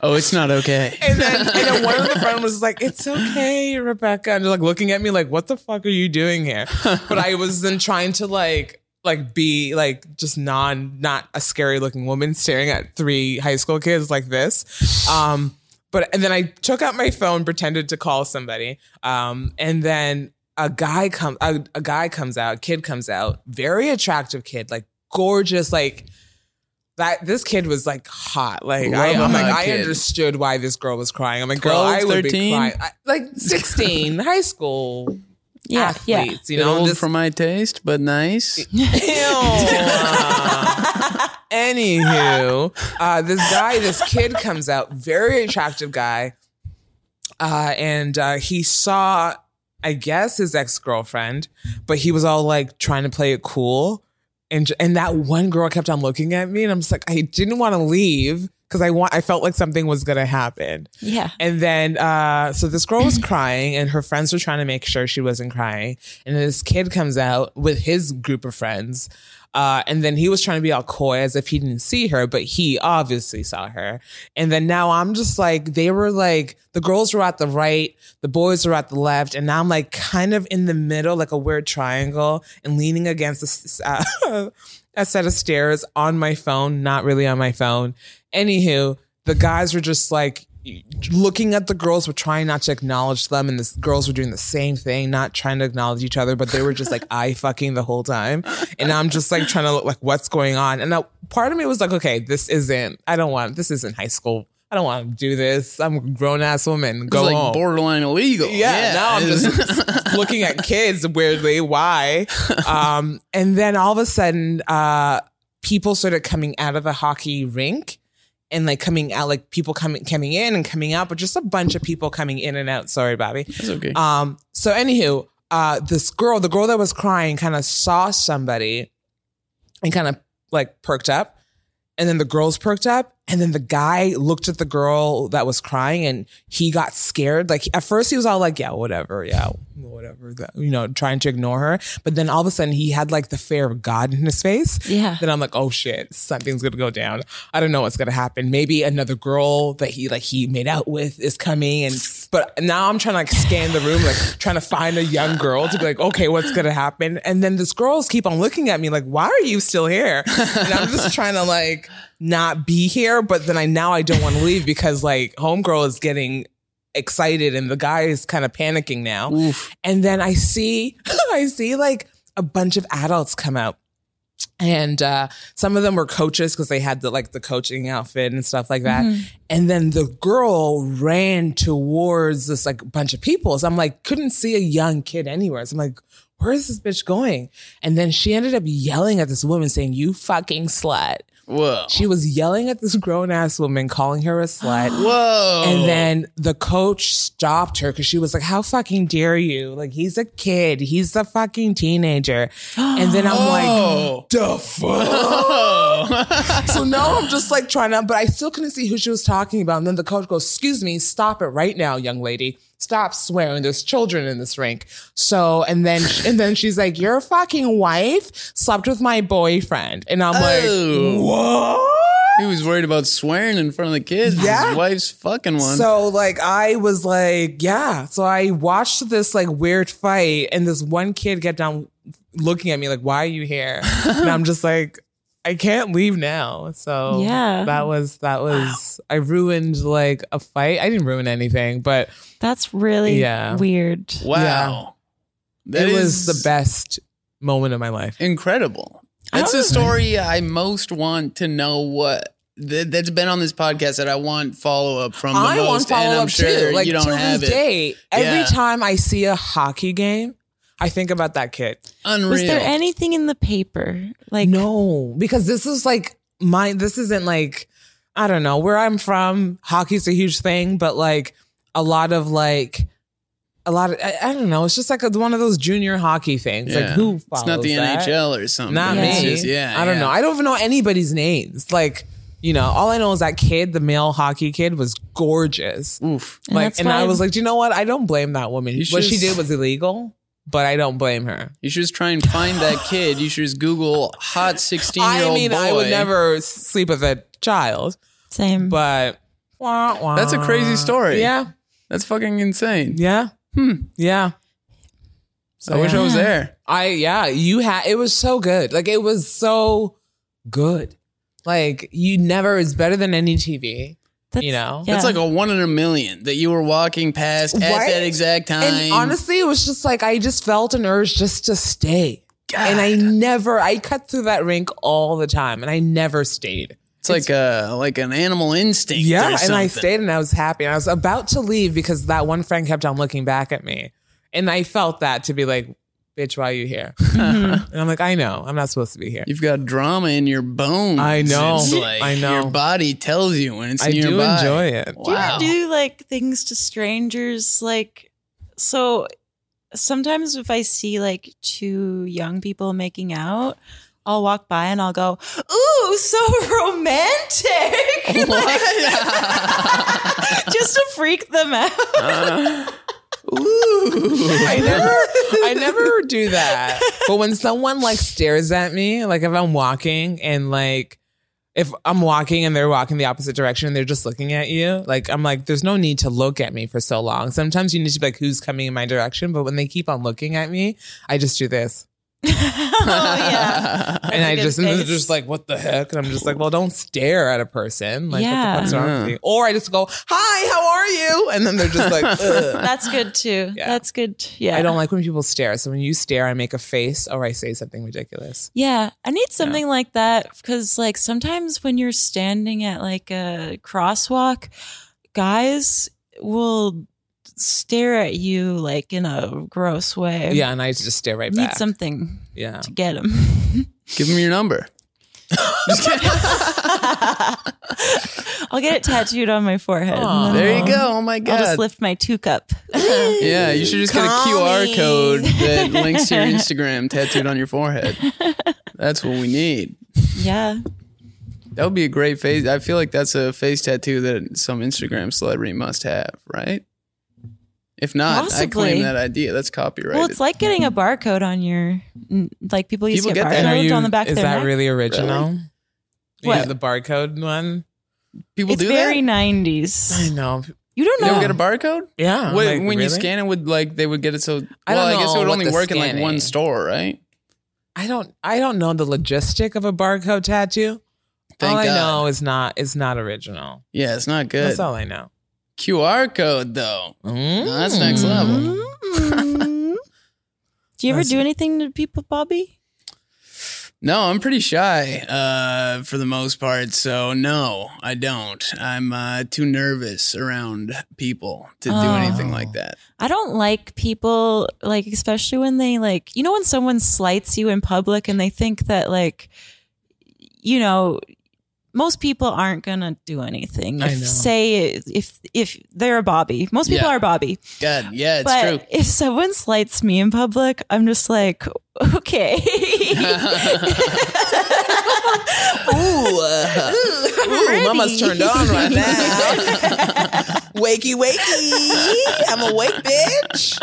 S1: Oh, it's not okay.
S2: And then, and then one of the friends was like, "It's okay, Rebecca," and they're like looking at me like, "What the fuck are you doing here?" But I was then trying to like, like be like just non, not a scary looking woman staring at three high school kids like this. Um, but and then I took out my phone, pretended to call somebody, um, and then a guy comes, a, a guy comes out, kid comes out, very attractive kid, like gorgeous, like. That this kid was like hot, like I,
S1: Love a
S2: am like
S1: hot
S2: I
S1: kid.
S2: understand understood why this girl was crying. I'm like, girl,
S1: 12,
S2: I would
S1: 13?
S2: be crying. I- like 16, high school
S3: yeah, yeah.
S2: athletes, you
S1: Bit
S2: know.
S1: old
S2: This,
S1: for my taste, but nice.
S2: Ew. Anywho, uh, this guy, this kid comes out, very attractive guy, uh, and uh, he saw, I guess, his ex girlfriend, but he was all like trying to play it cool, and and that one girl kept on looking at me, and I'm just like, I didn't want to leave because I want, I felt like something was gonna happen.
S3: Yeah.
S2: And then, uh, so this girl was crying, and her friends were trying to make sure she wasn't crying. And then this kid comes out with his group of friends. Uh, and then he was trying to be all coy as if he didn't see her, but he obviously saw her. And then now I'm just like, they were like, the girls were at the right, the boys were at the left. And now I'm like kind of in the middle, like a weird triangle, and leaning against a, s- uh, a set of stairs on my phone, not really on my phone. Anywho, the guys were just like, looking at the girls were trying not to acknowledge them and the girls were doing the same thing not trying to acknowledge each other but they were just like eye fucking the whole time and i'm just like trying to look like what's going on and now part of me was like okay this isn't i don't want this isn't high school i don't want to do this i'm a grown-ass woman
S1: It's
S2: go
S1: like
S2: home
S1: borderline illegal.
S2: yeah, now I'm
S1: it was-
S2: just looking at kids weirdly. Why? Um, and then all of a sudden, uh, people started coming out of the hockey rink and like coming out, like people coming coming in and coming out, but just a bunch of people coming in and out. Sorry, Bobby.
S1: It's okay.
S2: Um, so anywho, uh, this girl, the girl that was crying, kind of saw somebody and kind of like perked up. And then the girls perked up. And then the guy looked at the girl that was crying and he got scared. Like at first he was all like, yeah, whatever. Yeah, whatever. that- You know, trying to ignore her. But then all of a sudden he had like the fear of God in his face.
S3: Yeah.
S2: Then I'm like, oh shit, something's gonna go down. I don't know what's gonna happen. Maybe another girl that he like he made out with is coming, and but now I'm trying to like scan the room, like trying to find a young girl to be like, okay, what's gonna happen? And then these girls keep on looking at me like, why are you still here? And I'm just trying to like not be here, but then I now I don't want to leave because like homegirl is getting excited and the guy is kind of panicking now. And then I see, I see like a bunch of adults come out. And uh, some of them were coaches because they had the like the coaching outfit and stuff like
S3: Mm-hmm.
S2: that. And then the girl ran towards this like bunch of people. So I'm like, couldn't see a young kid anywhere. So I'm like, where is this bitch going? And then she ended up yelling at this woman saying, "You fucking slut."
S1: Whoa.
S2: She was yelling at this grown ass woman, calling her a slut.
S1: Whoa.
S2: And then the coach stopped her because she was like, How fucking dare you? Like, he's a kid. He's a fucking teenager. And then I'm
S1: Oh.
S2: like, The fuck? so now I'm just like trying to, but I still couldn't see who she was talking about. And then the coach goes, Excuse me, stop it right now, young lady. Stop swearing. There's children in this rink. So, and then, and then she's like, Your fucking wife slept with my boyfriend. And I'm
S1: Oh.
S2: like, What?
S1: He was worried about swearing in front of the kids.
S2: Yeah.
S1: His wife's fucking one.
S2: So like I was like, yeah. So I watched this like weird fight and this one kid got down looking at me like, why are you here? and I'm just like, I can't leave now. So
S3: Yeah.
S2: that was that was I ruined like a fight. I didn't ruin anything, but
S3: That's really
S2: Yeah.
S3: weird.
S1: wow. That
S2: it
S1: is
S2: was the best moment of my life.
S1: Incredible.
S3: I
S1: That's
S3: don't
S2: Oh.
S1: the story I most want to know what th- that's been on this podcast that I want follow up from the
S2: I
S1: most.
S2: want follow
S1: and I'm
S2: up
S1: sure
S2: too. Like
S1: you don't
S2: to
S1: have
S2: this
S1: it.
S2: day, every
S1: Yeah.
S2: time I see a hockey game, I think about that kid.
S1: Unreal.
S3: Was there anything in the paper? Like
S2: no because this is like my this isn't like i don't know where i'm from hockey's a huge thing but like a lot of like a lot of i, I don't know it's just like a, one of those junior hockey things like
S1: Yeah.
S2: who follows
S1: it's not the
S2: that?
S1: NHL or something.
S2: not
S1: It's
S2: me
S1: just- yeah.
S2: i don't
S1: yeah.
S2: know i don't even know anybody's names like you know all i know is that kid the male hockey kid was gorgeous
S1: Oof.
S3: And
S2: like
S3: that's
S2: and
S3: why-
S2: i was like do you know what i don't blame that woman
S1: You
S2: what she
S1: should-
S2: did was illegal but i don't blame her
S1: You should just try and find that kid. You should just Google hot 16 year
S2: i
S1: old
S2: mean
S1: boy.
S2: i would never sleep with a child
S3: same.
S2: but
S1: That's a crazy story.
S2: Yeah, Hmm.
S1: That's fucking insane.
S2: yeah, yeah.
S1: I wish I was
S3: Yeah.
S1: there.
S2: I yeah, you had it was so good. Like it was so good. Like you never is better than any TV.
S3: That's-
S2: you know?
S3: yeah.
S1: That's like a one in a million that you were walking past at
S2: Right?
S1: that exact time.
S2: And honestly, it was just like I just felt an urge just to stay. And I never I cut through that rink all the time and I never stayed.
S1: it's like a like an animal instinct. or
S2: Yeah, and I
S1: something.
S2: stayed and I was happy. And I was about to leave because that one friend kept on looking back at me. And I felt that to be like, bitch, why are you here?
S3: Mm-hmm.
S2: and I'm like, I know, I'm not supposed to be here.
S1: You've got drama in your bones.
S2: I know.
S1: It's like
S2: I know.
S1: Your body tells you when it's
S2: I do
S1: nearby.
S2: enjoy it.
S3: Do you
S1: Wow.
S3: ever do like things to strangers? Like, so sometimes if I see like two young people making out, I'll walk by and I'll go, "Ooh, so
S1: Oh,
S3: romantic!" Like, just to freak them out.
S2: I never, I never do that. But when someone like stares at me, like if I'm walking and like if I'm walking and they're walking the opposite direction and they're just looking at you, like I'm like, there's no need to look at me for so long. Sometimes you need to be like, who's coming in my direction? But when they keep on looking at me, I just do this.
S3: oh yeah,
S2: and
S3: a
S2: I
S3: good
S2: just, and they're
S3: face.
S2: just like, what the heck? And I'm just like, well, don't stare at a person. Like,
S3: Yeah.
S2: what the fuck's wrong
S1: Uh-huh.
S2: with you? Or I just go, hi, how are you? And then they're just like, Ugh.
S3: that's good too.
S2: Yeah.
S3: That's good. t- Yeah,
S2: I don't like when people stare. So when you stare, I make a face or I say something ridiculous.
S3: Yeah, I need something like that because, like, sometimes when you're standing at like a crosswalk, guys will stare at you like in a gross way.
S2: Yeah, and I just stare right
S3: need
S2: back.
S3: something
S2: yeah.
S3: to get them.
S1: Give them your number.
S3: I'll get it tattooed on my forehead.
S2: Aw.
S3: and then
S1: There you
S3: I'll-
S1: go. Oh my
S3: I'll just
S1: god.
S3: lift my two cup.
S1: Yeah, you should just get a
S2: Call
S1: QR
S2: me.
S1: code that links to your Instagram tattooed on your forehead. That's what we need.
S3: yeah,
S1: That would be a great face. I feel like that's a face tattoo that some Instagram celebrity must have, right? If not, I claim
S3: Possibly.
S1: that idea. That's copyrighted.
S3: well, it's like getting a barcode on your n- like people used to
S1: People
S3: get,
S1: get that.
S2: are
S3: barcodes
S2: you-
S3: on the back
S2: is
S3: of their
S2: that
S3: neck.
S2: really original?
S3: What?
S2: Yeah, the barcode one.
S1: People
S3: it's
S1: do
S3: very
S1: that.
S2: I
S3: 90s.
S2: know.
S3: You don't
S1: They
S3: know.
S1: would get a barcode.
S2: Yeah. I'm
S1: Wait,
S2: Oh, like,
S1: when you
S2: really?
S1: scan it, would like they would get it so?
S2: I
S1: well,
S2: don't
S1: I guess it
S2: know
S1: would
S2: what
S1: only
S2: the
S1: work in like
S2: scanning-
S1: one store, right?
S2: I don't I don't know the logistic of a barcode tattoo.
S1: Thank
S2: all I
S1: God.
S2: know is not it's not original.
S1: Yeah, it's not good.
S2: That's all I know.
S1: QR code though.
S2: Mm.
S1: No, that's next level.
S3: Mm. do you ever
S2: That's
S3: do
S2: it.
S3: anything to people, Bobby?
S1: No, I'm pretty shy uh, for the most part. So no, I don't. I'm uh, too nervous around people to do
S3: Oh.
S1: anything like that.
S3: I don't like people, like, especially when they, like, you know, when someone slights you in public and they think that, like, you know, most people aren't gonna do anything.
S2: I
S3: If,
S2: know.
S3: Say if if they're a Bobby, most people
S1: Yeah.
S3: are Bobby.
S1: God, yeah, it's
S3: but
S1: true.
S3: if someone slights me in public, I'm just like, okay.
S2: Ooh, uh,
S3: Ready.
S2: wakey, wakey. I'm awake, bitch.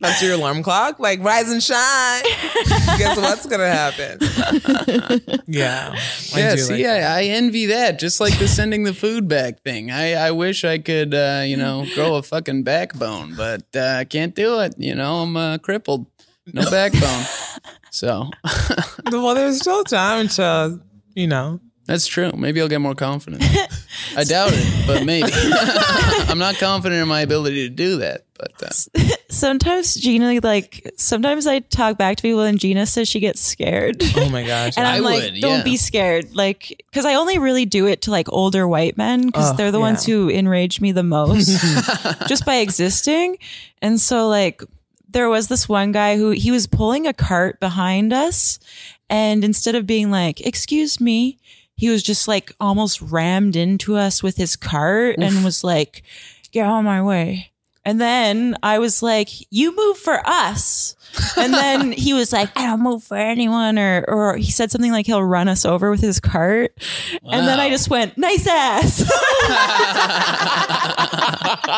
S2: That's your alarm clock. Like, rise and shine. Guess what's going to happen? yeah. I
S1: yeah,
S2: do
S1: see,
S2: like that.
S1: I, I envy that. Just like the sending the food back thing. I, I wish I could, uh, you know, grow a fucking backbone, but uh, I can't do it. You know, I'm uh, crippled, no backbone. So
S2: Well, there's still time until, you know.
S1: that's true. Maybe I'll get more confident. I doubt it, but maybe. I'm not confident in my ability to do that, but uh,
S3: sometimes Gina like sometimes I talk back to people and Gina says she gets scared.
S2: Oh my gosh.
S3: And I'm
S1: I
S3: like,
S1: would,
S3: don't
S1: yeah.
S3: be scared. Like, because I only really do it to like older white men because
S2: Oh,
S3: they're the
S2: yeah.
S3: ones who enrage me the most
S1: uh,
S3: just by existing. And so, like, there was this one guy who he was pulling a cart behind us. And instead of being like, excuse me, he was just like almost rammed into us with his cart and was like, get out of my way. And then I was like, you move for us. And then he was like, I don't move for anyone. Or, or he said something like he'll run us over with his cart. And then I just went, nice ass.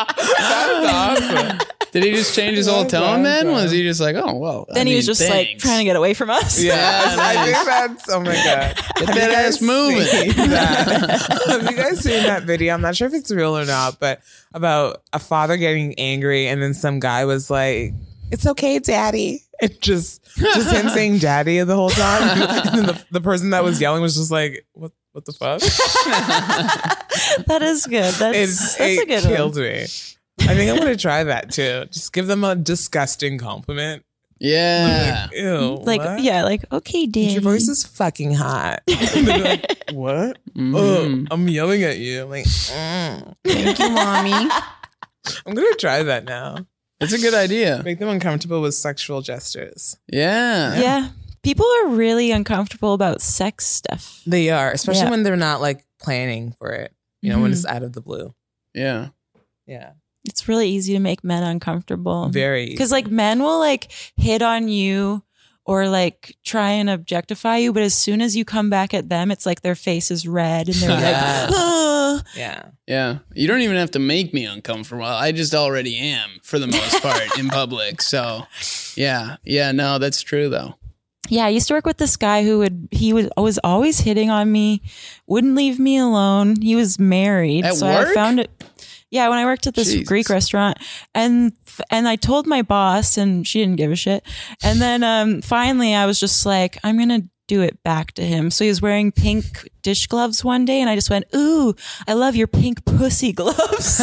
S2: That's awesome.
S1: did he just change his whole tone then? Was he just like, oh, well.
S3: then he was just like trying to get away from us.
S2: Yeah, I think that's. Oh my god,
S1: Get that ass moving.
S2: Have you guys seen that video? I'm not sure if it's real or not, but about a father getting angry, and then some guy was like, "It's okay, daddy." It just just him saying "daddy" the whole time, and then the, the person that was yelling was just like, "What? What the fuck?"
S3: That is good. That's,
S2: It,
S3: that's
S2: it
S3: a good
S2: killed
S3: one.
S2: me. I think I'm gonna try that too. Just give them a disgusting compliment.
S1: Yeah.
S2: Ew.
S3: Like,
S2: what?
S3: yeah, like, okay, Dan.
S2: Your voice is fucking hot. And they're like, what?
S1: Mhm.
S2: Ugh, I'm yelling at you. I'm like, mm. thank you, mommy. I'm gonna try that now.
S1: It's a good idea.
S2: Make them uncomfortable with sexual gestures.
S1: Yeah.
S3: yeah. People are really uncomfortable about sex stuff.
S2: They are, especially
S3: Yeah.
S2: when they're not like planning for it. You know, when it's out of the blue.
S1: Yeah.
S2: Yeah,
S3: Mm-hmm. It's really easy to make men uncomfortable.
S2: very.
S3: Because like men will like hit on you or like try and objectify you, but as soon as you come back at them, it's like their face is red and they're
S2: Yes.
S3: like, "Ugh."
S2: yeah,
S1: Yeah. You don't even have to make me uncomfortable. I just already am for the most part in public. So, yeah. Yeah. No, that's true, though.
S3: yeah. I used to work with this guy who would he was was always hitting on me, wouldn't leave me alone. He was married,
S1: At
S3: so
S1: work?
S3: I found it. Yeah, when I worked at this
S1: Jesus.
S3: Greek restaurant, and and I told my boss, and she didn't give a shit. And then um, finally, I was just like, I'm gonna do it back to him. So he was wearing pink dish gloves one day, and I just went, "Ooh, I love your pink pussy gloves."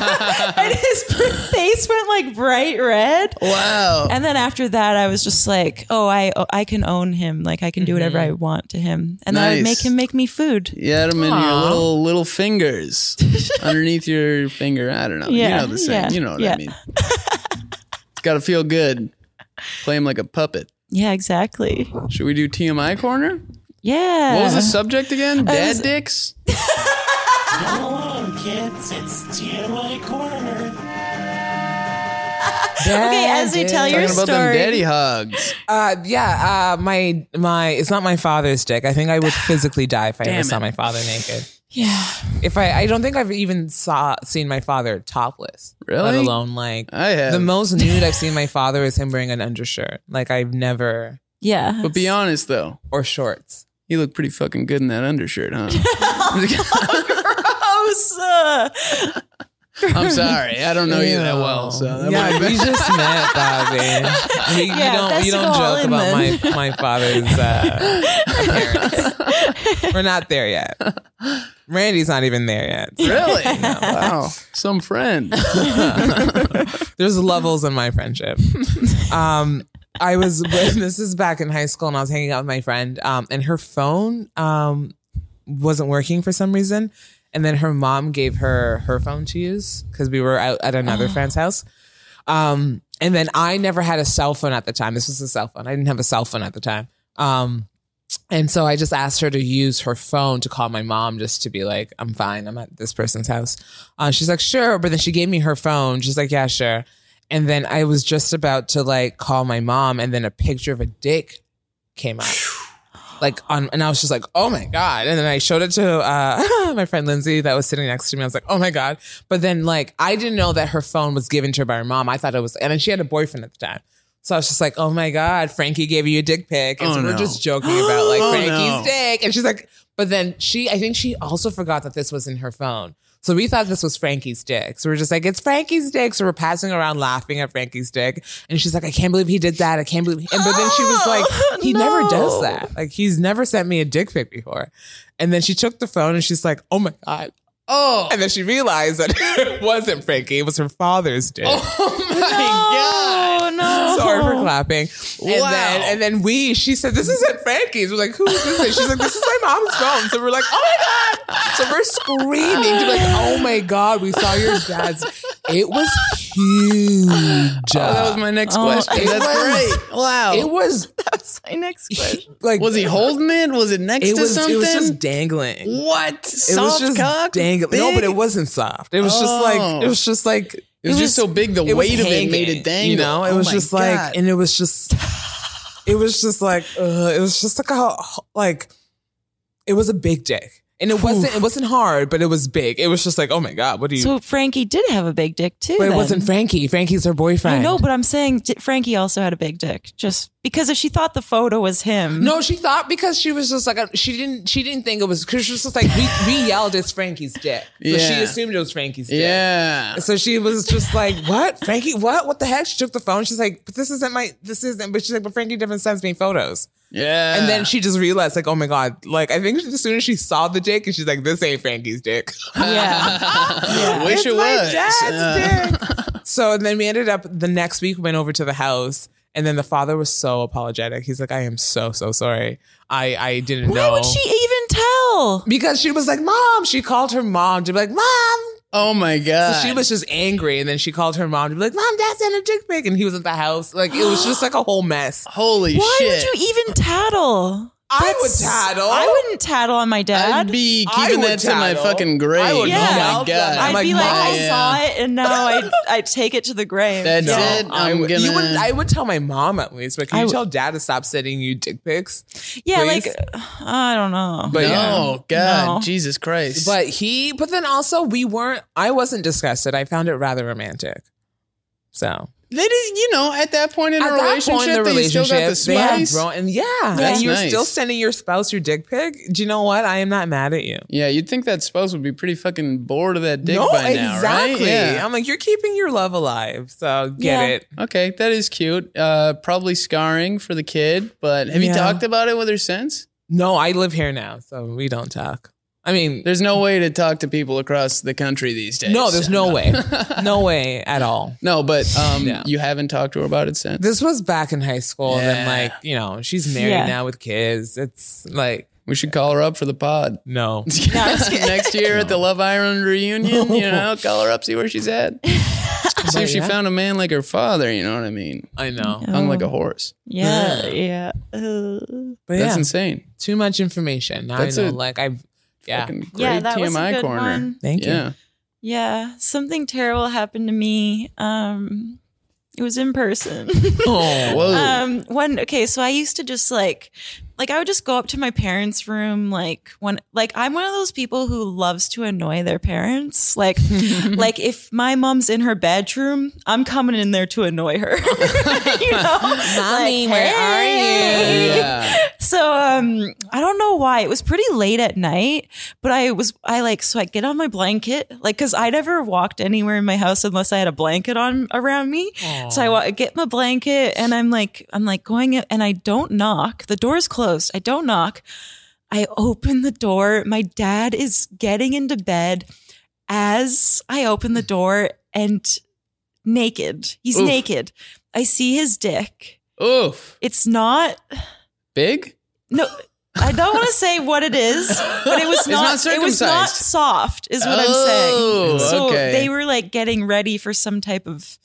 S3: and his face went like bright red.
S1: Wow.
S3: And then after that, I was just like, "Oh, I I can own him. Like I can do whatever
S2: Mm-hmm.
S3: I want to him." And then I would
S1: Nice.
S3: make him make me food.
S1: You had them in your
S2: Aw.
S1: little little fingers underneath your finger. I don't know.
S3: Yeah,
S1: you know the same.
S3: yeah,
S1: You know what I
S3: yeah.
S1: mean. It's got to feel good. Play him like a puppet.
S3: Yeah, exactly.
S1: Should we do TMI corner?
S3: Yeah.
S1: What was the subject again? Dad
S3: Uh-huh. was-
S1: dicks.
S4: Come on, kids, it's TMI Corner.
S3: Okay, as you tell your
S1: Talking about them
S3: story.
S1: daddy hogs.
S2: Uh, yeah, uh, my my it's not my father's dick. I think I would physically die if I
S1: Damn
S2: ever saw
S1: it.
S2: my father naked.
S3: yeah.
S2: If I I don't think I've even saw seen my father topless. Let
S1: Really?
S2: alone like
S1: I have.
S2: the most nude I've seen my father is him wearing an undershirt. Like I've never
S3: Yeah.
S1: But be honest though,
S2: or shorts.
S1: you look pretty fucking good in that undershirt, huh?
S3: Gross. Uh,
S1: I'm sorry, I don't know you that well, so that
S2: yeah,
S1: would've
S2: we
S1: been-
S2: just met, Bobby. You,
S3: Yeah,
S2: you don't
S3: that's
S2: you
S3: it
S2: don't
S3: all
S2: joke
S3: in
S2: about my
S3: then.
S2: my father's uh, parents. We're not there yet. Randy's not even there yet.
S1: really. Wow, some friend.
S2: There's levels in my friendship. Um, I was with, this is back in high school, and I was hanging out with my friend, um, and her phone um, wasn't working for some reason. And then her mom gave her her phone to use because we were out at another friend's house. Um, and then I never had a cell phone at the time. This was a cell phone. I didn't have a cell phone at the time. Um, And so I just asked her to use her phone to call my mom just to be like, I'm fine. I'm at this person's house. Uh, she's like, sure. But then she gave me her phone. She's like, yeah, sure. And then I was just about to like call my mom. And then a picture of a dick came up. Like on, and I was just like, "Oh my god!" And then I showed it to uh, my friend Lindsay that was sitting next to me. I was like, "Oh my god!" But then, like, I didn't know that her phone was given to her by her mom. I thought it was, and then she had a boyfriend at the time, so I was just like, "Oh my god!" Frankie gave you a dick pic, and
S1: Oh
S2: so we're
S1: no.
S2: just joking about like
S1: Oh,
S2: Frankie's
S1: no.
S2: dick, and she's like, but then she, I think she also forgot that this was in her phone. So we thought this was Frankie's dick. So we're just like, it's Frankie's dick. So we're passing around laughing at Frankie's dick. And she's like, I can't believe he did that. I can't believe. And but then she was like, he never does that. Like he's never sent me a dick pic before. And then she took the phone and she's like, oh my God.
S1: Oh,
S2: And then she realized that it wasn't Frankie. It was her father's dick.
S1: oh my
S3: Oh no!
S2: Sorry for clapping. And
S1: Wow.
S2: then and then we, she said, This isn't Frankie's. We're like, who is this? And she's like, This is my mom's phone. So we're like, oh my God. So we're screaming to be like, oh my God, we saw your dad's. It was huge.
S1: god! Oh, that was my next
S3: Oh,
S1: question.
S2: it
S1: That's
S2: was-
S1: great. Wow.
S2: it was
S3: That's my next question.
S2: like
S1: was he holding it? Was it next
S2: it
S1: to
S2: was,
S1: something?
S2: it was just dangling.
S1: what?
S2: It was
S1: Soft
S2: just
S1: cock?
S2: dangling. No,
S1: Big?
S2: but it wasn't soft. It was just
S1: Oh.
S2: like it was just like
S1: It was, just so big. The
S2: it was
S1: weight of it made
S2: hanging,
S1: it dangle.
S2: You know, it
S1: Oh
S2: was
S1: my
S2: just
S1: God.
S2: like, and it was just, it was just like, uh, it was just like a like, it was a big dick, and it wasn't it wasn't hard, but it was big. It was just like, oh my god, what do you?
S3: So Frankie did have a big dick too.
S2: but it
S3: then.
S2: wasn't Frankie. Frankie's her
S3: I
S2: boyfriend.
S3: know, but I'm saying di- Frankie also had a big dick, just because if she thought the photo was him,
S2: No, she thought because she was just like uh, she didn't she didn't think it was because she was just like we, we yelled it's Frankie's dick, so
S1: Yeah.
S2: she assumed it was Frankie's dick.
S1: yeah.
S2: So she was just like, "What, Frankie? What? What the heck?" She took the phone. She's like, "But this isn't my. This isn't." But she's like, "But Frankie never sends me photos."
S1: Yeah.
S2: And then she just realized, like, oh my god, like I think as soon as she saw the dick, and she's like, this ain't Frankie's dick.
S3: yeah, Yeah.
S1: Wish
S2: It's
S1: it
S2: my
S1: was. Uh,
S2: dad's dick. so and then we ended up the next week went over to the house, and then the father was so apologetic. He's like, I am so so sorry. I I didn't
S3: why
S2: know.
S3: would she even tell?
S2: Because she was like, mom. She called her mom to be like, mom.
S1: Oh my
S2: So
S1: god.
S2: she was just angry, and then she called her mom to be like, mom, dad sent a dick pic, and he was at the house. Like it was just like a whole mess.
S1: Holy
S3: Why
S1: shit.
S3: would you even tattle?
S2: I would
S3: That's-
S2: tattle.
S3: I wouldn't tattle on my dad.
S1: I'd be
S2: I
S1: keeping
S2: would
S1: that to my
S2: tattle.
S1: fucking grave.
S2: I would
S1: oh my
S2: yell.
S1: god.
S3: I'd
S2: I'm like,
S3: be like,
S2: Mom.
S3: I
S1: Yeah.
S3: saw it, and now I I take it to the grave.
S1: That's it.
S2: I
S1: I'm
S2: would-
S1: gonna.
S2: You would, I would tell my mom at least, but can
S3: I
S2: you
S3: would-
S2: tell dad to stop sending you dick pics?
S3: Yeah,
S2: Please?
S3: like I don't know.
S2: But yeah.
S1: no, God,
S3: No.
S1: Jesus Christ.
S2: But he, but then also we weren't. I wasn't disgusted. I found it rather romantic. So
S1: they didn't, you know, at that point in
S2: at
S1: a
S2: that
S1: relationship,
S2: point in the
S1: they
S2: relationship,
S1: still got the
S2: they had
S1: spice. Yeah,
S2: grown, and yeah,
S1: That's
S2: and you're
S1: nice.
S2: still sending your spouse your dick pic. Do you know what? I am not mad at you.
S1: you'd think that spouse would be pretty fucking bored of that dick
S2: no,
S1: by now, right?
S2: exactly.
S1: Yeah.
S2: I'm like, you're keeping your love alive. So get
S3: Yeah.
S2: it.
S1: Okay, that is cute. Uh, probably scarring for the kid, but have you
S2: Yeah.
S1: talked about it with her since?
S2: No, I live here now, so we don't talk. I mean,
S1: There's no way to talk to people across the country these days.
S2: no, there's no way, no way at all.
S1: No, but um,
S2: Yeah.
S1: you haven't talked to her about it since.
S2: This was back in high school. And then,
S1: Yeah.
S2: like, you know, she's married
S3: Yeah.
S2: now with kids. It's like,
S1: We should call her up for the pod.
S2: no.
S1: Next year at the Love Island reunion, you know, call her up, see where she's at. see if she
S2: yeah.
S1: found a man like her father, you know what I mean?
S2: I know.
S1: Hung
S3: Oh.
S1: like a horse.
S3: yeah, yeah. Uh,
S2: But
S1: That's
S2: yeah,
S1: insane.
S2: too much information. Now
S1: That's
S2: I
S1: a-
S2: know, like, I've, yeah.
S1: Fucking great
S3: Yeah, that
S1: TMI
S3: was a good
S1: corner.
S3: one.
S2: Thank you.
S1: Yeah.
S3: Yeah, something terrible happened to me. Um, it was in person.
S2: Oh,
S1: Whoa.
S3: um, one okay, so I used to just like, like I would just go up to my parents' room, like when, like I'm one of those people who loves to annoy their parents. Like, like if my mom's in her bedroom, I'm coming in there to annoy her. you know,
S2: Mommy,
S3: Like,
S2: where are
S3: "Hey."
S2: you?
S1: yeah.
S3: So um I don't know why it was pretty late at night, but I was I like so I get on my blanket like cuz I never walked anywhere in my house unless I had a blanket on around me.
S2: Oh,
S3: So I wa- get my blanket and I'm like I'm like going in- and I don't knock. The door's closed. I don't knock. I open the door. My dad is getting into bed as I open the door and naked. He's
S1: Oof.
S3: naked. I see his dick.
S1: Oof.
S3: It's not
S1: Big?
S3: no, I don't want to say what it is, but it was
S1: It's not
S3: not. it was not
S1: circumcised.
S3: soft, is what
S1: Oh,
S3: I'm saying. So
S1: okay.
S3: they were like getting ready for some type of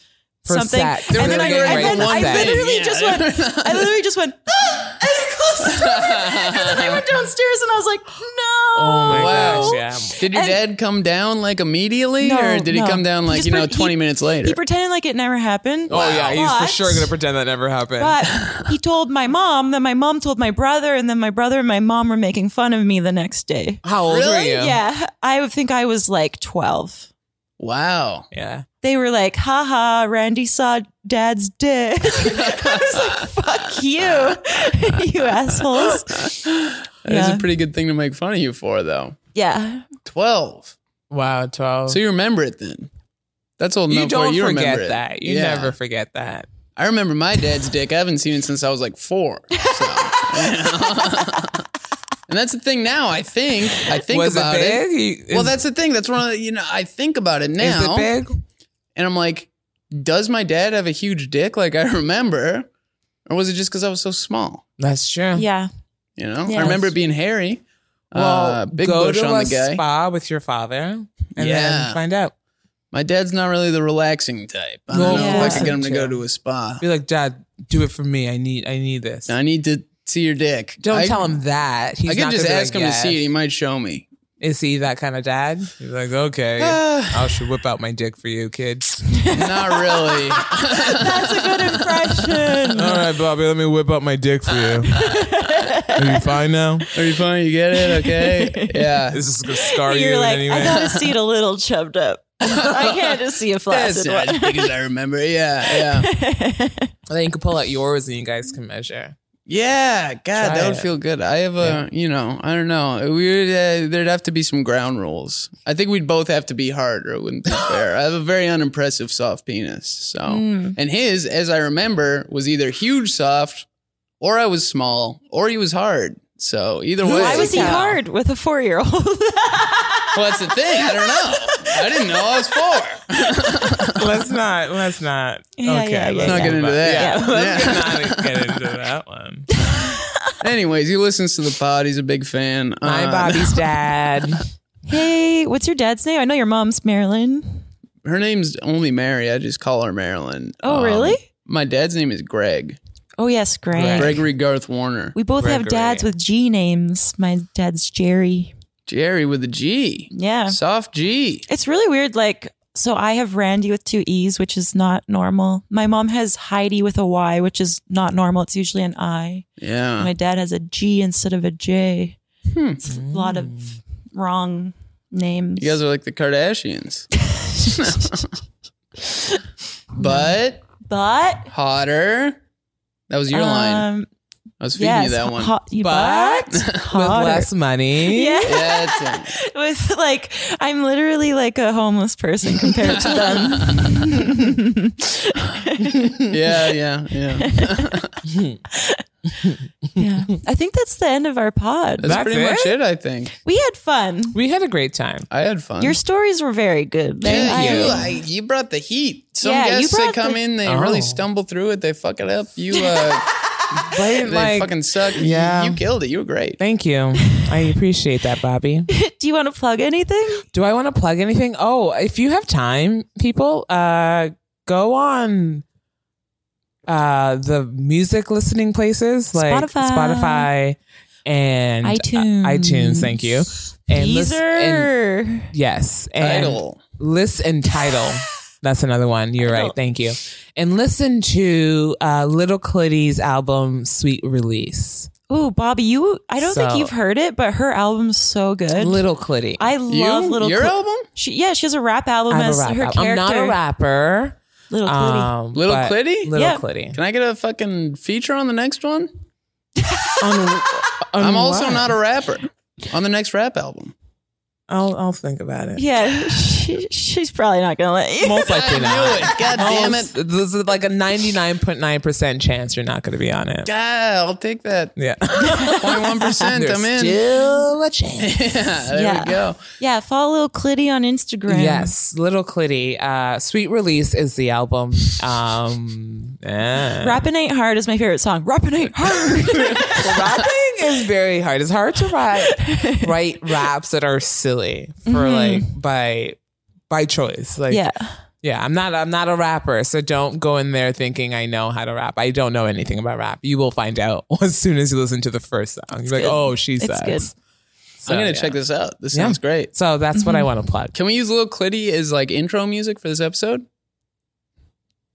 S2: For
S3: something,
S2: sex. They were
S3: and then I,
S2: getting ready
S3: and then
S2: for
S3: I
S2: sex.
S3: literally just went. I literally just went. "Ah!" and I upstairs. and then I went downstairs and I was like, no.
S2: Oh my
S1: Wow.
S2: gosh, yeah.
S1: Did your
S3: And-
S1: dad come down like immediately, or did he
S3: no.
S1: come down like
S3: just
S1: you know
S3: pre- he-
S1: twenty minutes later?
S3: He pretended like it never happened.
S2: Oh yeah, he's for
S3: But-
S2: sure gonna pretend that never happened.
S3: But he told my mom, then my mom told my brother, and then my brother and my mom were making fun of me the next day.
S2: How old were you?
S3: Yeah. I would think I was like 12.
S1: wow.
S2: Yeah.
S3: They were like, haha, Randy saw dad's dick. I was like, fuck you, you assholes.
S1: That is
S3: Yeah.
S1: a pretty good thing to make fun of you for, though.
S3: Yeah.
S1: Twelve.
S2: Wow, twelve.
S1: So you remember it then? That's old enough.
S2: you don't
S1: where you
S2: forget
S1: remember it.
S2: that. You
S1: Yeah.
S2: never forget that.
S1: I remember my dad's dick. I haven't seen it since I was like four. So, you know. and that's the thing now. I think. I think
S2: was
S1: about
S2: it big? You-
S1: well,
S2: is-
S1: that's the thing. That's one of the, you know. I think about it now.
S2: is it big?
S1: and I'm like, does my dad have a huge dick like I remember? Or was it just because I was so small?
S2: That's true.
S3: Yeah.
S1: You know, I
S3: Yes.
S1: remember it being hairy. uh, big
S2: go
S1: bush
S2: to
S1: on
S2: a
S1: the guy.
S2: spa with your father and
S1: Yeah.
S2: then find out.
S1: My dad's not really the relaxing type. I don't
S2: Well,
S1: know
S3: yeah.
S1: if I could get him to
S2: Yeah.
S1: go to a spa.
S2: Be like, Dad, do it for me. I need, I need this.
S1: I need to see your dick.
S2: Don't
S1: I,
S2: tell him that. He's
S1: I could
S2: not
S1: just
S2: gonna be
S1: ask
S2: like,
S1: him to
S2: "Yes."
S1: see it. He might show me.
S2: Is he that kind of dad? He's like, okay,
S1: Ah.
S2: I should whip out my dick for you, kid.
S1: not really.
S3: That's a good impression.
S2: All right, Bobby, let me whip out my dick for you. Are you fine now?
S1: Are you fine? You get it? Okay. Yeah.
S2: This is gonna scar you
S3: You're
S2: in
S3: like,
S2: any
S3: I
S2: way.
S3: gotta see it a little chubbed up. I can't just see a
S1: That's
S3: flaccid
S1: not as
S3: one.
S1: big as I remember. Yeah. Yeah.
S2: And then you can pull out yours and you guys can measure.
S1: Yeah, God,
S2: Try
S1: that would
S2: it.
S1: feel good. I have a, you know, I don't know. We would, uh, there'd have to be some ground rules. I think we'd both have to be hard, or it wouldn't be fair. I have a very unimpressive soft penis. So,
S3: Hmm.
S1: and his, as I remember, was either huge soft, or I was small, or he was hard. So either way,
S3: Why was he
S2: Yeah.
S3: hard with a four year old?
S1: Well, that's the thing. I don't know. I didn't know I was four.
S2: let's not. Let's not.
S3: Yeah,
S2: okay,
S3: yeah, yeah,
S2: let's
S1: Not
S3: yeah.
S1: get into that.
S3: Yeah.
S2: Let's
S1: Yeah.
S2: not get into that one.
S1: Anyways, he listens to the pod. He's a big fan.
S2: My
S1: Uh,
S2: Bobby's dad.
S3: hey, what's your dad's name? I know your mom's Marilyn.
S1: Her name's only Mary. I just call her Marilyn.
S3: Oh,
S1: Um,
S3: really?
S1: My dad's name is Greg.
S3: Oh, yes, Greg.
S1: Gregory Garth Warner.
S3: We both have
S2: Gregory.
S3: dads with G names. My dad's Jerry.
S1: Jerry with a G.
S3: Yeah.
S1: Soft G.
S3: It's really weird. Like, so I have Randy with two E's, which is not normal. My mom has Heidi with a Y, which is not normal. It's usually an I.
S1: Yeah.
S3: My dad has a G instead of a J.
S1: Hmm.
S3: It's a lot of wrong names.
S1: You guys are like the Kardashians. but
S3: but
S1: hotter. That was your line.
S3: um,
S1: I was feeding
S3: yes,
S1: you that one.
S3: hot-
S2: But
S3: but
S2: With
S3: hotter.
S2: less
S1: E?
S2: money.
S3: yeah.
S1: Yeah, it's-
S3: with like I'm literally like a homeless person compared to them.
S1: yeah, yeah, yeah.
S3: yeah. I think that's the end of our pod.
S1: That's,
S2: That's
S1: pretty
S2: it?
S1: much it, I think.
S3: we had fun.
S2: We had a great time.
S1: I had fun.
S3: Your stories were very good.
S1: yeah,
S3: I-
S1: you, I, you brought the heat. Some
S3: Yeah, you
S1: guests they
S3: brought
S1: come
S3: the-
S1: in, they
S2: Oh.
S1: really stumble through it, they fuck it up. You uh, they
S2: like-
S1: fucking suck. You-
S2: Yeah.
S1: you killed it. You were great.
S2: Thank you. I appreciate that, Bobby.
S3: Do you want to plug anything?
S2: Do I want to plug anything? Oh, if you have time, people, uh, go on uh, the music listening places like
S3: Spotify.
S2: Spotify and uh,
S3: iTunes.
S2: iTunes, thank you. And lis- and-
S3: Deezer.
S2: yes. And
S1: Idol.
S2: Listen and title. That's another one. You're right. Thank you. And listen to uh, Little Clitty's album, Sweet Release.
S3: Ooh, Bobby, you I don't
S2: So-
S3: think you've heard it, but her album's so good.
S2: Little Clitty.
S3: I love
S1: you?
S3: little
S1: Your
S3: Cl-
S1: album?
S3: She, yeah, she has a rap album
S2: I'm, a
S3: as
S2: rap
S3: her
S2: al-
S3: character.
S2: I'm not a rapper.
S3: Little Clitty.
S2: Um,
S1: Little
S2: but-
S1: Clitty?
S2: Little
S3: Yeah.
S2: Clitty.
S1: Can I get a fucking feature on the next one?
S2: On- on
S1: I'm also
S2: what?
S1: not a rapper. On the next rap album.
S2: I'll I'll think about it.
S3: yeah, she, she's probably not gonna let you.
S2: Most
S1: I
S2: likely
S1: knew
S2: not.
S1: it. God damn it.
S2: Most- This is like a ninety nine point nine percent chance you're not going to be on it.
S1: Yeah, I'll take that.
S2: Yeah,
S1: 0.1%. I'm in.
S2: still a chance.
S1: yeah, there
S3: Yeah.
S1: we go.
S3: Yeah, follow Lil Clitty on Instagram.
S2: Yes, Little Clitty. Uh, Sweet Release is the album. Um, yeah.
S3: Rapping Ain't Hard is my favorite song. Rapping Ain't Hard.
S2: rapping is very hard. It's hard to write write raps that are silly for like by by choice. Like
S3: yeah.
S2: Mm-hmm. Yeah, I'm not. I'm not a rapper, so don't go in there thinking I know how to rap. I don't know anything about rap. You will find out as soon as you listen to the first song. You're like,
S3: good.
S2: oh, she
S3: It's
S2: sucks.
S3: good. Mm-hmm.
S2: So,
S1: I'm gonna
S2: yeah.
S1: check this out. This
S2: Yeah.
S1: sounds great.
S2: So that's what I want to plug.
S1: Can we use Lil Clitty as like intro music for this episode?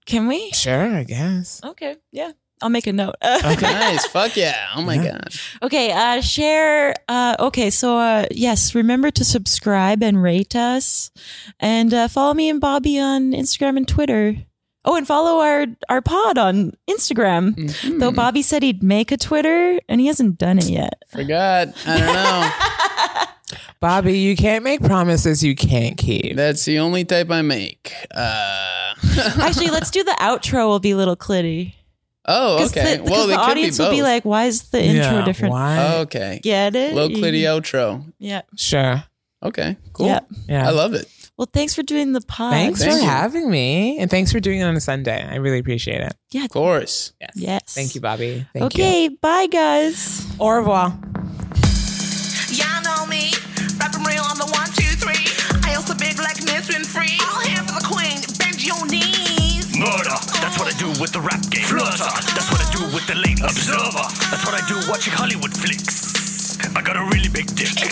S3: Can we?
S2: Sure, I guess.
S3: Okay. Yeah. I'll make a note.
S1: nice. Fuck yeah. Oh my
S2: Yeah.
S1: god.
S3: Okay, uh, share. Uh, okay, so uh, yes, remember to subscribe and rate us, and uh, follow me and Bobby on Instagram and Twitter. Oh, and follow our our pod on Instagram.
S1: Mhm.
S3: Though Bobby said he'd make a Twitter, and he hasn't done it yet.
S1: Forgot. I don't know.
S2: Bobby, you can't make promises you can't keep.
S1: That's the only type I make. Uh,
S3: Actually, let's do the outro. Will be little Clitty
S1: oh, okay.
S3: the,
S1: well,
S3: because
S1: they
S3: the audience
S1: could be
S3: will
S1: both.
S3: be like, "Why is the intro
S2: Yeah,
S3: different?"
S2: Why?
S1: okay.
S3: Get it?
S1: Lil Clitty outro.
S3: Yeah.
S2: Sure.
S1: Okay. Cool.
S3: Yeah.
S2: Yeah.
S1: I love it.
S3: Well, thanks for doing the pod.
S2: Thanks
S1: Thank
S2: for
S1: you.
S2: having me, and thanks for doing it on a Sunday. I really appreciate it.
S1: Of course.
S2: Yes.
S3: Yes.
S2: Thank you, Bobby. Thank you.
S3: okay. Bye, guys.
S2: Au revoir.
S5: Y'all know me, rapping real on the one, two, three. I also big like Miss Winfrey. All here for the queen, bend your knees.
S4: Murder, that's what I do with the rap game. Flutter, that's what I do with the late observer. That's what I do watching Hollywood flicks. I got a really big dick.